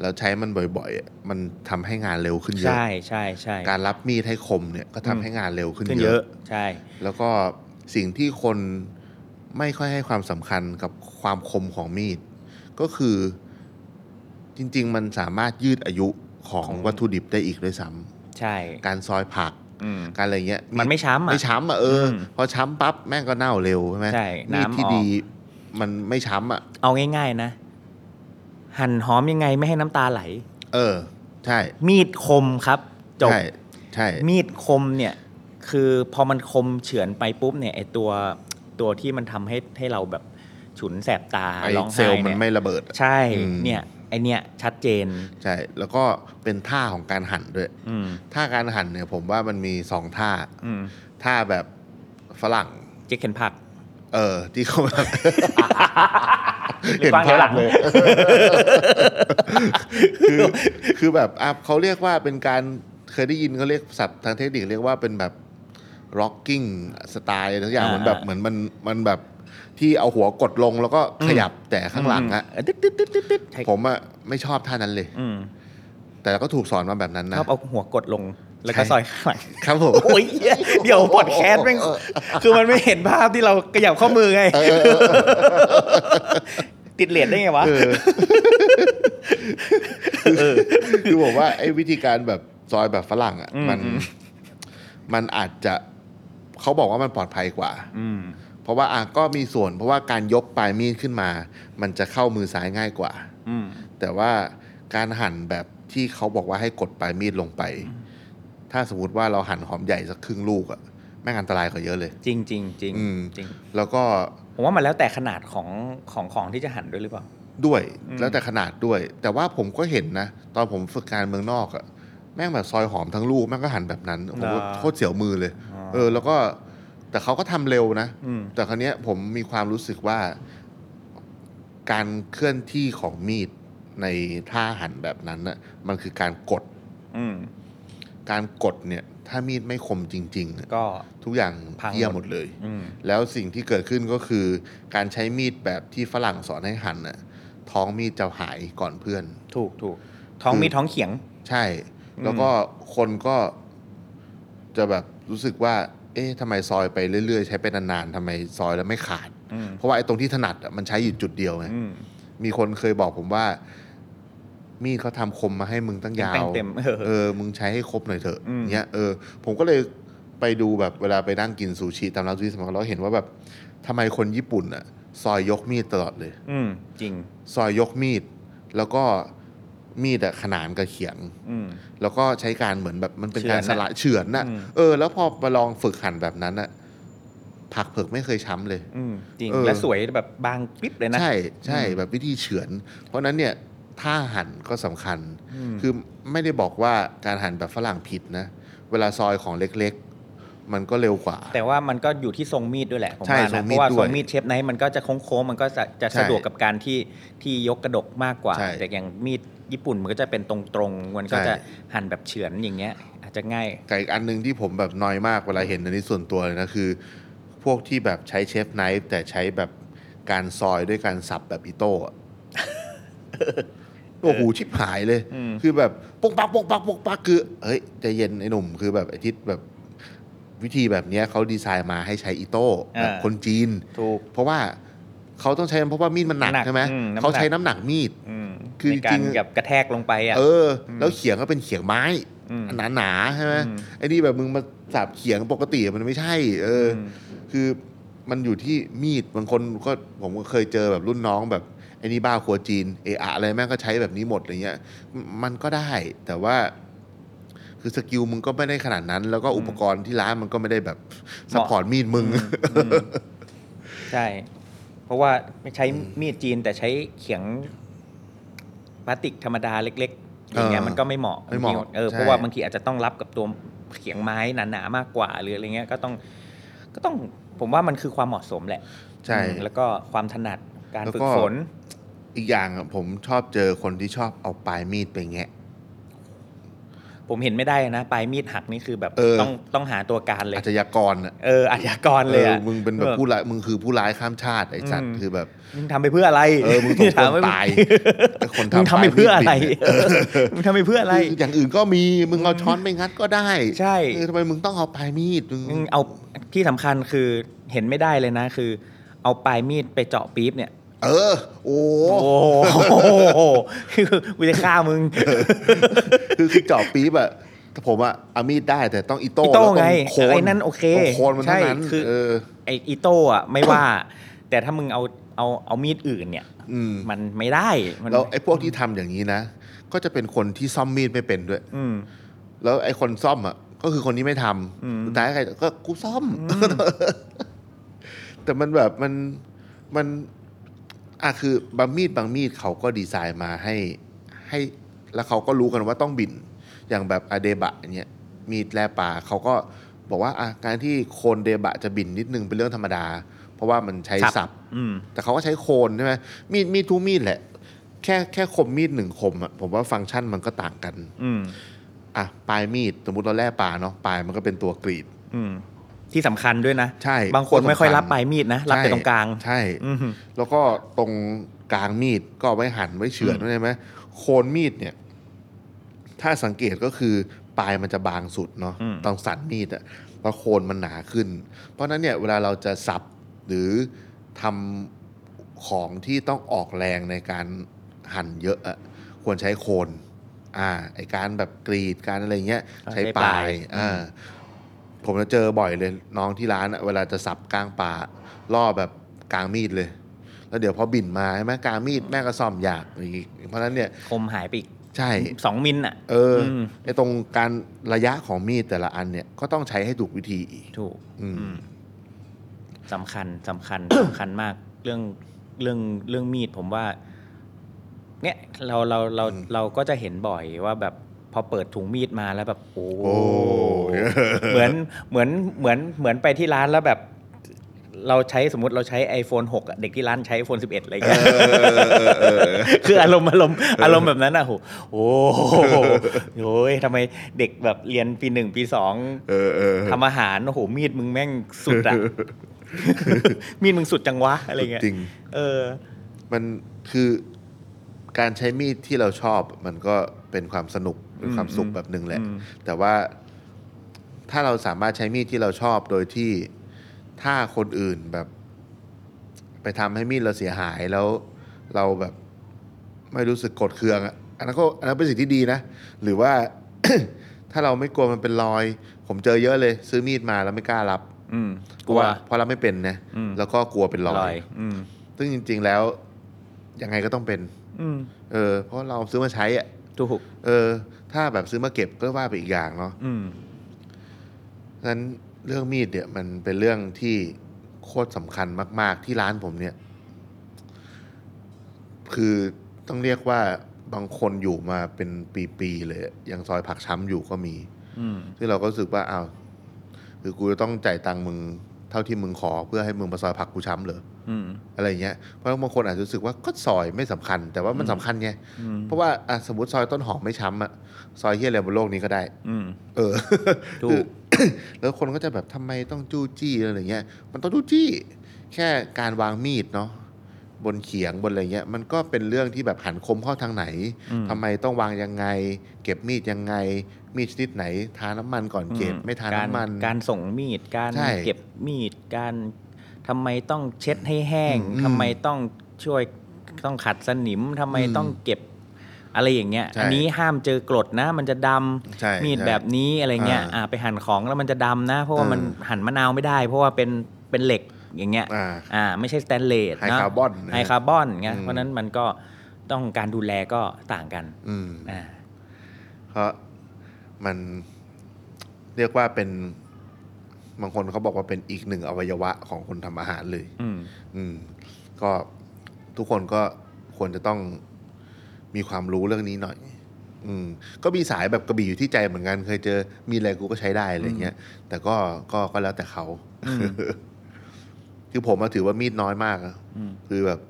เราใช้มันบ่อยๆอะมันทำให้งานเร็วขึ้นเยอะ ใช่ใช่ใช่ การรับมีดให้คมเนี่ยก็ทำ อืม ให้งานเร็วขึ้น ขึ้น เย เยอะ อะ ใช่ แล้วก็สิ่งที่คนไม่ค่อยให้ความสำคัญกับความคมของมีด ก็คือจริง ๆ มันสามารถยืดอายุของ ของ วัตถุดิบได้อีกด้วยซ้ำ ใช่ การซอยผัก อืม การอะไรเงี้ย มันไม่ช้ำอะ ไม่ช้ำอ่ะเอออ ม พอช้ำปั๊บแม่งก็เน่าเร็วใช่ไหม ใช่ มีด น้ำ ที่ ออก ดีมันไม่ช้ำอ่ะ เอาง่าย ๆ นะ หั่นหอมยังไงไม่ให้น้ำตาไหล เออ ใช่ มีดคมครับจบ ใช่ใช่ มีดคมเนี่ย คือพอมันคมเฉือนไปปุ๊บเนี่ยไอตัวตัวที่มันทำให้ให้เราแบบฉุนแสบตา ไอ ร้อง เซล ไห้ ล์มัน เนี่ย ไม่ระเบิดอะ ใช่ อืม เนี่ยไอเนี่ยชัดเจน ใช่ แล้วก็เป็นท่าของการหั่นด้วย อืม ท่าการหั่นเนี่ยผมว่ามันมีสองท่า อืม ท่าแบบฝรั่ง เจ๊เข็นผัก เออ ที่เขาแบบ (laughs) หรือฟังเดี๋ยวหลัง คือคือแบบอ่ะเขาเรียกว่าเป็นการเคยได้ยินเขาเรียกศัพท์ทางเทคนิคเรียกว่าเป็นแบบ rocking สไตล์อะไรทุกอย่าง อ่า เหมือนแบบ อ่า เหมือนมันมันแบบที่เอาหัวกดลงแล้วก็ขยับแต่ข้างหลังอะ เตึ๊ดตึ๊ดตึ๊ดตึ๊ดตึ๊ดใช่ ผมอะไม่ชอบท่านั้นเลย อืม แต่ก็ถูกสอนมาแบบนั้น ช นะ อบเอาหัวกดลงแล้วก็ ใช่ ซอยข้างหลัง ครับผม โอ้ยเหี้ยเดี๋ยวพอดแคสต์แม่งคือมันไม่เห็นภาพที่เราขยับข้อมือไง ติดเลทได้ไงวะ เออคือบอกว่าไอ้วิธีการแบบซอยแบบฝรั่งอ่ะ อืม มัน อืม มันอาจจะเขาบอกว่ามันปลอดภัยกว่า อืม เพราะว่าอ่ะก็มีส่วน เพราะว่าการยกปลายมีดขึ้นมา มันจะเข้ามือซ้ายง่ายกว่า อืม แต่ว่าการหั่นแบบที่เขาบอกว่าให้กดปลายมีดลงไป ถ้าสมมติว่าเราหั่นหอมใหญ่สักครึ่งลูกอะแม่งอันตรายกว่าเยอะเลย จริงจริงจริง อืม จริง แล้วก็ ผมว่ามันแล้วแต่ขนาดของของของที่จะหั่นด้วยหรือเปล่า ด้วย อืม แล้วแต่ขนาดด้วย แต่ว่าผมก็เห็นนะ ตอนผมฝึกงานเมืองนอกอะแม่งแบบซอยหอมทั้งลูกแม่งก็หั่นแบบนั้นโอ้โหโคตรเสียวมือเลย เออ แล้วก็แต่เขาก็ทำเร็วนะ อืม แต่ครั้งนี้ยผมมีความรู้สึกว่า การเคลื่อนที่ของมีดในท่าหั่นแบบนั้นน่ะมันคือการกด อืม การกดเนี่ย ถ้ามีดไม่คมจริงๆอะ ก็ ทุกอย่าง พังหมด เยี่ยหมดเลย อืม แล้วสิ่งที่เกิดขึ้นก็คือ การใช้มีดแบบที่ฝรั่งสอนให้หั่นน่ะท้องมีดจะหายก่อนเพื่อน ถูกถูกท้องมีท้องเขียง ใช่ แล้วก็คนก็จะแบบรู้สึกว่า เอ๊ะทำไมซอยไปเรื่อยๆ ใช้ไปนานๆทำไมซอยแล้วไม่ขาด อืม เพราะว่าไอ้ตรงที่ถนัดอะมันใช้อยู่จุดเดียวไง อืม มีคนเคยบอกผมว่า มีดเขาทำคมมาให้มึงตั้งยา แป้ง ว เต็มเออ เออ มึงใช้ให้ครบหน่อยเถอะ อืม เนี้ย เออ ผมก็เลยไปดูแบบเวลาไปนั่งกินซูชิตามร้านซูชิสมัยก่อนเราเห็นว่าแบบทำไมคนญี่ปุ่นอะซอยยกมีดตลอดเลย อืม จริง ซอยยกมีด แล้วก็มีดอะขนานกับเขียง อืม แล้วก็ใช้การเหมือนแบบมันเป็น เฉือน การสละเฉือนน่ะ อืม เออ แล้วพอมาลองฝึกหั่นแบบนั้นน่ะผักเผือกไม่เคยช้ำเลย อืม จริง เออ และสวยแบบบางกริบเลยนะ ใช่ใช่ อืม แบบวิธีเฉือน เพราะฉะนั้นเนี่ยท่าหั่นก็สำคัญ อืม คือไม่ได้บอกว่าการหั่นแบบฝรั่งผิดนะ เวลาซอยของเล็กๆ มันก็เร็วกว่า แต่ว่ามันก็อยู่ที่ทรงมีดด้วยแหละผม ใช่ ว่า ทร นะ งมีด เพราะว่า ด้วย ทรงมีดเชฟไนท์มันก็จะโค้งๆมันก็จะจะ ใช่ สะดวกกับการที่ที่ยกกระดกมากกว่า ใช่ แต่อย่างมีดญี่ปุ่นมันก็จะเป็นตรงๆมันก็ ใช่ จะหั่นแบบเฉือนอย่างเงี้ย อาจจะง่าย แต่อีกอันหนึ่งที่ผมแบบน้อยมากเวลาเห็นอันนี้ส่วนตัวเลยนะคือ พวกที่แบบใช้เชฟไนฟ์แต่ใช้แบบการซอยด้วยการสับแบบอิโต้ (laughs) อะโอ้โหชิบหายเลย อืม คือแบบปกปักปกปักปกปักคือ เฮ้ยใจเย็นไอ้หนุ่มคือแบบไอ้ทิศแบบวิธีแบบเนี้ยเขาดีไซน์มาให้ใช้อิโต้แบบคนจีน ถูก เพราะว่าเขาต้องใช้เพราะว่ามีดมันหนัก หนัก ใช่ไหม อืมน้ำหนัก เขาใช้น้ำหนักมีด อืม คือ ในกา จริ รง กับกระแทกลงไปอ่ะ เออ แล้วเขียงก็เป็นเขียงไม้ อืม หนาหนาๆใช่ไหม อืม ไอ้นี่แบบมึงมาสาบเขียงปกติมันไม่ใช่ เอออ ม คือมันอยู่ที่มีดบางคนก็ผมก็เคยเจอแบบรุ่นน้องแบบไอ้นี่บ้าครัวจีนเอะอะอะไรแม่งก็ใช้แบบนี้หมดอะไรเงี้ยมมันก็ได้ แต่ว่า คือสกิลมึงก็ไม่ได้ขนาดนั้น แล้วก็อุปกรณ์ที่ร้านมันก็ไม่ได้แบบสปอร์ตมีดมึง อืมใช่ เพราะว่าไม่ใช้มีดจีนแต่ใช้เขียงพลาสติกธรรมดาเล็ก ๆ อย่างเงี้ย เออ มันก็ไม่เหมาะ ไม่เหมาะ เออ ใช่ เพราะว่าบางทีอาจจะต้องรับกับตัวเขียงไม้หนาๆมากกว่า หรืออะไรเงี้ย ก็ต้อง ก็ต้องผมว่ามันคือความเหมาะสมแหละ ใช่ อืมแล้วก็ความถนัดการ แล้ว ฝึ ก็ กฝน อีกอย่างอะผมชอบเจอคนที่ชอบเอาปลายมีดไปแงะ ผมเห็นไม่ได้นะปลายมีดหักนี่คือแบบ เออ ต้องต้องหาตัวการเลย อาชญากรอ่ะ เอออาชญากรเลยอะ ออมึงเป็นแบบผู้ร้าย มึงคือผู้ร้ายข้ามชาติไอ้สัตว์ อืม คือแบบ มึงทำไปเพื่ออะไร เออ มึงถูก ถาม คน ว่ามึง ตายไอ้คน มึงทำ ตาย ไปเพื่ออะไร ม่ผิด เออมึงทำไปเพื่ออะไร คืออย่างอื่นก็มี มึงเอาช้อนไปงัดก็ได้ ใช่ เออทำไมมึงต้องเอาปลายมีด มึง มึงเอาที่สำคัญคือเห็นไม่ได้เลยนะ คือ เอาปลายมีดไปเจาะปี๊บเนี่ย เออ โอ้ โอ้โหคือกูจะฆ่ามึง คือคือเจาะปี๊บอะแต่ผมอะเอามีดได้แต่ต้องอีโต้ อีโต้ แล้ว ไง โคน ไอ้นั่นโอเค ต้องโคนมันเท่านั้น ใช่คือ เออ ไออีโต้อะไม่ว่า แต่ถ้ามึงเอาเอาเอามีดอื่นเนี่ย อืม มันไม่ได้มัน แล้วไอ้พวกที่ทำอย่างนี้นะ ก็จะเป็นคนที่ซ่อมมีดไม่เป็นด้วย อืม แล้วไอ้คนซ่อมอ่ะก็คือคนที่ไม่ท อืม ำสุดท้ายใครก็กูซ่อม แต่มันแบบมันมันอ่ะคือบางมีดบางมีดเขาก็ดีไซน์มาให้ให้แล้วเขาก็รู้กันว่าต้องบิน อย่างแบบอะเดบะเนี้ยมีดแลปลาเขาก็บอกว่าอ่ะการที่โคนเดบะจะบินนิดนึงเป็นเรื่องธรรมดา เพราะว่ามันใช้สับ อืม แต่เขาก็ใช้โคนใช่ไหมมีดมีดทุกมีดแหละ แค่แค่คมมีดหนึ่งคมอ่ะผมว่าฟังก์ชันมันก็ต่างกัน อืม อ่ะปลายมีดสมมติเราแล่ปลาเนาะปลายมันก็เป็นตัวกรีด อืม ที่สำคัญด้วยนะ ใช่ บางคนไม่ค่อยรับ สำคัญ ปลายมีดนะ รับแต่ ใช่ ตรงกลาง ใช่ อืม แล้วก็ตรงกลางมีดก็เอาไว้หั่นไว้เฉือน อืม ใช่ไหมโคนมีดเนี่ย ถ้าสังเกตก็คือปลายมันจะบางสุดเนาะตอนสันมีดอะแล้วโคนมันหนาขึ้น เพราะฉะนั้นเนี่ยเวลาเราจะสับหรือทำ ของที่ต้องออกแรงในการหั่นเยอะอะควรใช้โคนอ่าไอการแบบกรีดการอะไรเงี้ย ใช้ปลาย อืม อ่าผมจะเจอบ่อยเลยน้องที่ร้านอะเวลาจะสับกลางป่าล่อแบบกลางมีดเลย แล้วเดี๋ยวพอบิ่นมาใช่ไหมกลางมีดแม่ก็ซ่อมยากอีกเพราะฉะนั้นเนี่ย คมหายไปอีก ใช่ สองมิลอ่ะ เอออ ม ไอตรงการระยะของมีดแต่ละอันเนี่ยก็ต้องใช้ให้ถูกวิธีอีก ถูก อืม อืมสำคัญสำคัญ สำคัญมาก เรื่องเรื่องเรื่องมีดผมว่า เนี่ยเราเราเราเราก็จะเห็นบ่อยว่าแบบพอเปิดถุงมีดมาแล้วแบบโอ้ โอ้ย เหมือนเหมือนเหมือนเหมือนไปที่ร้านแล้วแบบ เราใช้สมมติเราใช้ iPhone 6อะเด็กที่ร้านใช้ iPhone 11 อะไรเงี้ย คืออารมณ์อารมณ์อารมณ์แบบนั้นอะโหโอ้โหโอ้ยทำไมเด็กแบบเรียนปีหนึ่งปีสอง เออเออ ทำอาหารโอ้โหมีดมึงแม่งสุ (laughs) ดอะ มีดมึงสุดจังวะอะไรเงี้ย จริง เออ มันคือการใช้มีดที่เราชอบมันก็เป็นความสนุกเป็นความสุขแบบหนึ่งแหละ อืม แต่ว่าถ้าเราสามารถใช้มีดที่เราชอบโดยที่ถ้าคนอื่นแบบ ไปทำให้มีดเราเสียหายแล้ว เราแบบไม่รู้สึกโกดเคืองอะอันนั้นก็อันนั้นเป็นสิ่งที่ดีนะ หรือว่า (coughs) ถ้าเราไม่กลัวมันเป็นรอย ผมเจอเยอะเลย ซื้อมีดมาแล้วไม่กล้ารับ อืม เพราะว่าเพราะเราไม่เป็นนะ อืม แล้วก็กลัวเป็นร ล อ อย ย อืม ซึ่งจริง ๆ แล้วยังไงก็ต้องเป็น อืม เออ เพราะเราซื้อมาใช้อะ ถูก เออ ถ้าแบบซื้อมาเก็บก็ว่าไปอีกอย่างเนาะ อืม ฉะนั้นเรื่องมีดเนี่ย มันเป็นเรื่องที่โคตรสำคัญมาก ๆ ที่ร้านผมเนี่ย คือต้องเรียกว่าบางคนอยู่มาเป็นปีๆเลยยังซอยผักช้ำอยู่ก็มี อืม ซึ่งเราก็รู้สึกว่าอ้าวคือกูจะต้องจ่ายตังค์มึงเท่าที่มึงขอเพื่อให้มึงมาซอยผักกูช้ำเหรอ อืม อะไรอย่างเงี้ย เพราะบางคนอาจจะรู้สึกว่าก็ซอยไม่สำคัญ แต่ว่ามัน อืม สำคัญไง อืม เพราะว่าอ่ะสมมติซอยต้นหอมไม่ช้ำอะซอยเฮียอะไรบนโลกนี้ก็ได้ อืม เออ ถูก คือ (coughs) แล้วคนก็จะแบบทำไมต้องจู้จี้อะไรอย่างเงี้ย มันต้องจู้จี้ แค่การวางมีดเนาะบนเขียงบนอะไรเงี้ย มันก็เป็นเรื่องที่แบบหันคมเข้าทางไหนทำไมต้องวางยังไง เก็บมีดยังไง มีดชนิดไหน ทาน้ำมันก่อนเก็บ ไม่ทา การ น้ำมัน การส่งมีดการ ใช่ เก็บมีดการทำไมต้องเช็ดให้แห้ง อืม ทำไมต้องช่วยต้องขัดสนิมทำไม อืม ต้องเก็บอะไรอย่างเงี้ย ใช่ อันนี้ห้ามเจอกรดนะ มันจะดำ ใช่ มีด ใช่ แบบนี้อะไรเงี้ย อ่า อ่าไปหั่นของแล้วมันจะดำนะ เพราะว่า เออ มันหั่นมะนาวไม่ได้ เพราะว่าเป็นเป็นเหล็กอย่างเงี้ย อ่า อ่าไม่ใช่สแตนเลส ไฮ นะครับ อน ไฮคาร์บอนเงี้ย อืม เพราะฉะนั้นมันก็ต้องการดูแลก็ต่างกัน อืม อ่า เพราะมันเรียกว่าเป็นบางคนเขาบอกว่าเป็นอีกหนึ่งอวัยวะของคนทำอาหารเลย อืม อืม ก็ทุกคนก็ควรจะต้องมีความรู้เรื่องนี้หน่อย อืม ก็มีสายแบบกระบี่อยู่ที่ใจเหมือนกันเคยเจอมีอะไรกูก็ใช้ได้อะไรเงี้ย แต่ก็ก็ก็แล้วแต่เขา อืม คือผมมาถือว่ามีดน้อยมากอะ อืม คือแบบ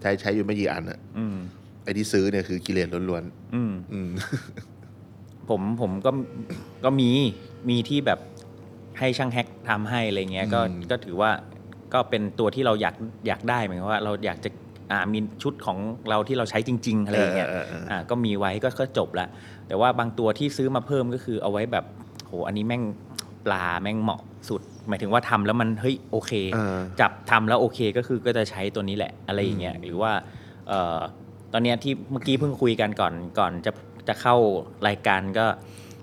ใช้ใช้อยู่ไม่กี่อันอะ อืม ไอ้ที่ซื้อเนี่ยคือกิเลสล้วน อืม ๆอืม ผมผมก็ก็มีมีที่แบบให้ช่างแฮกทำให้อะไรเงี้ยก็ อืม ก็ถือว่าก็เป็นตัวที่เราอยากอยากได้เหมือนกับว่าเราอยากจะอ่ามีชุดของเราที่เราใช้จริง ๆ อะไรอย่างเงี้ย ออออเออ อ่าก็มีไว้ก็ก็จบละแต่ว่าบางตัวที่ซื้อมาเพิ่มก็คือเอาไว้แบบโหอันนี้แม่งปลาแม่งเหมาะสุด หมายถึงว่าทำแล้วมันเฮ้ยโอเค เออ จับทำแล้วโอเคก็คือก็จะใช้ตัวนี้แหละอะไรอย่างเงี้ยหรือว่าเอ่อตอนเนี้ยที่เมื่อกี้เพิ่งคุยกันก่อนก่อนจะจะเข้ารายการก็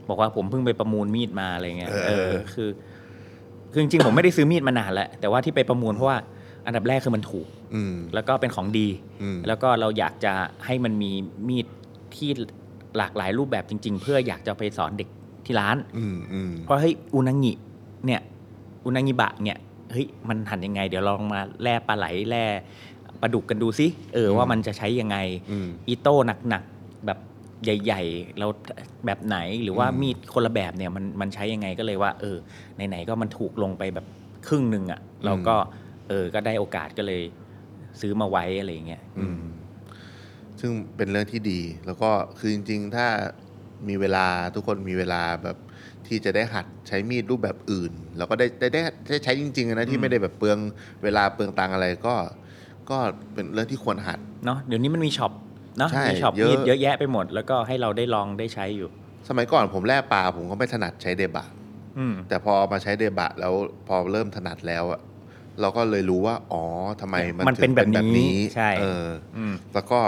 บอกว่าผมเพิ่งไปประมูลมีดมาอะไรเงี้ย เออ เออคือคือจริงๆผมไม่ได้ซื้อมีดมานานแล้ว แต่ว่าที่ไปประมูลเพราะว่าอันดับแรกคือมันถูก อืม แล้วก็เป็นของดี อืม แล้วก็เราอยากจะให้มันมีมีดที่หลากหลายรูปแบบจริง ๆ เพื่ออยากจะไปสอนเด็กที่ร้าน อืมอืม เพราะเฮ้ยอุนางิเนี่ยอุนางิบะเนี่ยเฮ้ยมันหันยังไง เดี๋ยวลองมาแล่ปลาไหลแล่ปลาดุกกันดูซิเอออ ม ว่ามันจะใช้ยังไง อืม อีโต้หนักๆแบบใหญ่ๆเราแบบไหนหรือว่า อืม มีดคนละแบบเนี่ยมันมันใช้ยังไงก็เลยว่า เออไหนๆก็มันถูกลงไปแบบครึ่งหนึ่งอะ่ะเราก็เออก็ได้โอกาสก็เลยซื้อมาไว้อะไรอย่างเงี้ย อืม ซึ่งเป็นเรื่องที่ดี แล้วก็คือจริง ๆ ถ้ามีเวลาทุกคนมีเวลาแบบที่จะได้หัดใช้มีดรูปแบบอื่น แล้วก็ได้ได้ได้ได้ใช้จริงๆนะที่ไม่ได้แบบเปลืองเวลาเปลืองตังอะไรก็ ก็เป็นเรื่องที่ควรหัด เนาะเดี๋ยวนี้มันมีช็อปเนาะ ใช่ มีช็อป เยอะ มีดเยอะแยะไปหมด แล้วก็ให้เราได้ลองได้ใช้อยู่ สมัยก่อนผมแล่ปลาผมก็ไม่ถนัดใช้เดบะ อืม แต่พอมาใช้เดบะแล้วพอเริ่มถนัดแล้วอะ เราก็เลยรู้ว่า อ๋อทำไมมัน มันเป็น ถึง แบบนี้ใช่ เออ อืม แล้วก็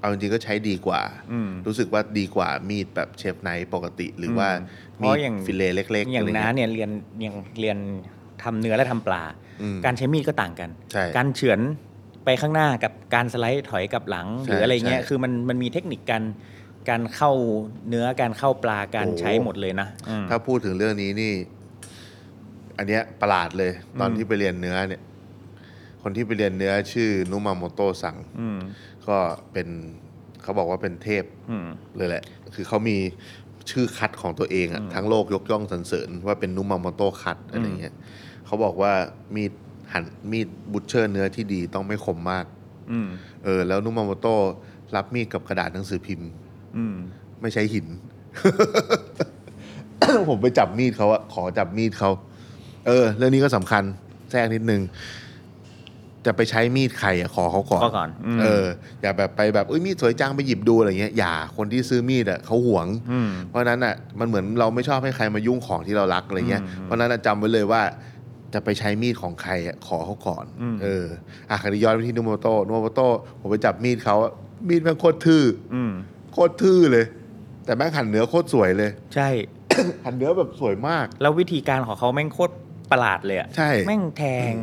เอาจริงๆก็ใช้ดีกว่า อืม รู้สึกว่าดีกว่ามีดแบบเชฟไนท์ปกติหรือว่า เพ มี ราะ ด อย่าง ฟิเลต์เล็กๆ อย่า อะ ง ไร น้า เงี้ย เนี่ยเรียนยังเรียนทำเนื้อและทำปลา อืม การใช้มีดก็ต่างกัน ใช่ การเฉือนไปข้างหน้ากับการสไลด์ถอยกลับหลัง ใช่ หรืออะไรเงี้ย ใช่ คือมันมันมีเทคนิคการการเข้าเนื้อการเข้าปลาการ โอ้ ใช้หมดเลยนะอืม ถ้าพูดถึงเรื่องนี้นี่ อันเนี้ยประหลาดเลย ตอน อืม ที่ไปเรียนเนื้อเนี่ย คนที่ไปเรียนเนื้อชื่อนุมาโมโตะสัง อืม ก็เป็นเขาบอกว่าเป็นเทพ อืม เลยแหละ คือเขามีชื่อคัดของตัวเองอะทั้งโลกยกย่องสรรเสริญ ว่าเป็นนุมาโมโตะคัดอะไรเงี้ยเขาบอกว่ามีดหันมีดบุชเชอร์เนื้อที่ดีต้องไม่คมมาก อืม เออแล้วนุมาโมโตะรับมีดกับกระดาษหนังสือพิมพ์ อืม ไม่ใช้หิน (coughs) ผมไปจับมีดเขาอะขอจับมีดเขา เออ เรื่องนี้ก็สำคัญแทรกนิดนึง จะไปใช้มีดใครอะขอเขาก่อน ขอก่อนอืม เออ อย่าแบบไปแบบเอ้ยมีดสวยจังไปหยิบดูอะไรเงี้ยอย่าคนที่ซื้อมีดอะเขาหวง อืม เพราะฉะนั้นอ่ะมันเหมือนเราไม่ชอบให้ใครมายุ่งของที่เรารักอะไรเงี้ย อืม เพราะฉะนั้นอะจำไว้เลยว่า จะไปใช้มีดของใครอ่ะขอเขาก่อน อืม เอออ่ะคราวนี้ย้อนไปที่นูโมโตะนูโมโตะผมไปจับมีดเขาอะมีดแม่งโคตรทื่อ อืม โคตรทื่อเลย แต่แม่งหั่นเนื้อโคตรสวยเลย (coughs) ใช่ หั่นเนื้อแบบสวยมาก แล้ววิธีการของเขาแม่งโคตรประหลาดเลยอะ ใช่ แม่งแทง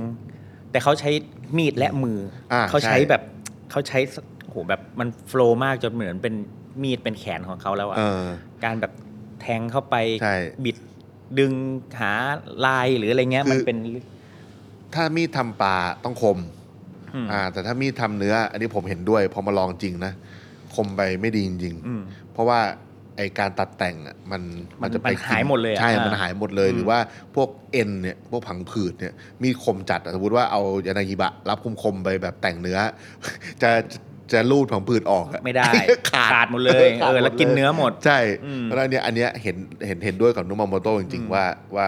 แต่เขาใช้มีดและมืออา เขาใช้ ใช่ แบบเขาใช้สโหแบบมันโฟลว์มากจนเหมือนเป็นมีดเป็นแขนของเขาแล้วอะ เออ การแบบแทงเข้าไป ใช่ บิดดึงหาลายหรืออะไรเงี้ย คือ มันเป็น ถ้ามีดทำปลาต้องคม อืม อ่า แต่ถ้ามีดทำเนื้อ อันนี้ผมเห็นด้วยพอมาลองจริงนะ คมไปไม่ดีจริงๆ อืม เพราะว่าไอการตัดแต่งอะมัน มัน จะไป มันหายหมดเลยอะ ใช่ อ่ามั มันหายหมดเลย อืม หรือว่าพวกเอ็นเนี่ยพวกผังผืดเนี่ยมีดคมจัดอะสมมติว่าเอายานางิบะ รับคมคมๆไปแบบแต่งเนื้อ (laughs) จะจะรูดผังผืดออกอะ ไม่ได้ (laughs) ขาด ขาดหมดเลย ขาด เออแล้วกินเนื้อหมด ใช่ อืม เพราะฉะนั้นเนี่ยอันเนี้ยเห็นเห็นเห็นด้วยกับนุมาโมโตะจริง ๆ ว่าว่า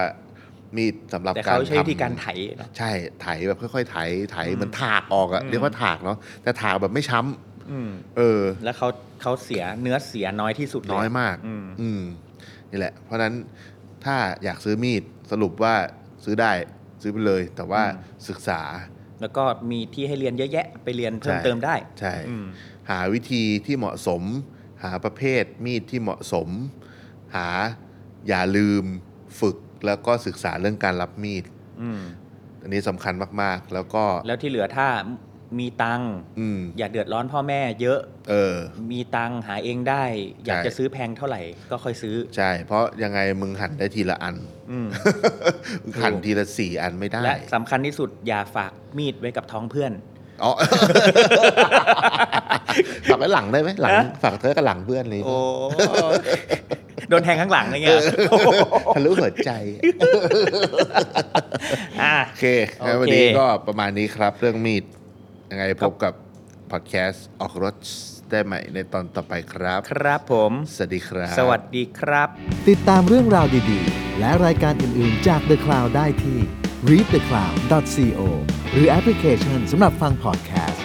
มีดสำหรับ แต่ การ เขาใช้วิธีการไถเนอะ ใช่ไถแบบค่อยๆไถไถเหมือนถากออกอะเรียกว่าถากเนาะแต่ถากแบบไม่ช้ อืม ำเออ แล้วเขาเขาเสียเนื้อเสียน้อยที่สุดเล น้อยมาก อืม อืมนี่แหละ เพราะฉะนั้นถ้าอยากซื้อมีดสรุปว่าซื้อได้ซื้อไปเลย แต่ว่าศึกษา แล้วก็มีที่ให้เรียนเยอะแยะ ไปเรียนเพิ่ม ใช่ เติมได้ ใช่ อืม หาวิธีที่เหมาะสม หาประเภทมีดที่เหมาะสม หาอย่าลืมฝึกแล้วก็ศึกษาเรื่องการรับมีด อืม อันนี้สำคัญมากๆ แล้วก็ แล้วที่เหลือถ้ามีตังค์ อืม อย่าเดือดร้อนพ่อแม่เยอะ เออ มีตังค์หาเองได้ อยาก ใช่ จะซื้อแพงเท่าไหร่ก็ค่อยซื้อ ใช่ เพราะยังไงมึงหั่นได้ทีละอัน (laughs) อืม มึงหั่นทีละสี่อันไม่ได้ และสำคัญที่สุดอย่าฝากมีดไว้กับท้องเพื่อน อ๋อ (laughs) ฝากไว้หลังได้ไหมหลัง ฮะ ฝากเธอกับหลังเพื่อนเลย โอ้ โดนแทงข้างหลังอะไรเงี้ย ทะลุหัวใจ อ่ะ โอเคงั้น โอเค วันนี้ก็ประมาณนี้ครับ เรื่องมีด ยังไงพบกับพอดแคสต์ออกรถได้ใหม่ในตอนต่อไปครับ ครับผม สวัสดีครับ สวัสดีครับ ติดตามเรื่องราวดีๆ และรายการอื่นๆจาก The Cloud ได้ที่ readthecloud.co หรือแอปพลิเคชันสำหรับฟัง podcast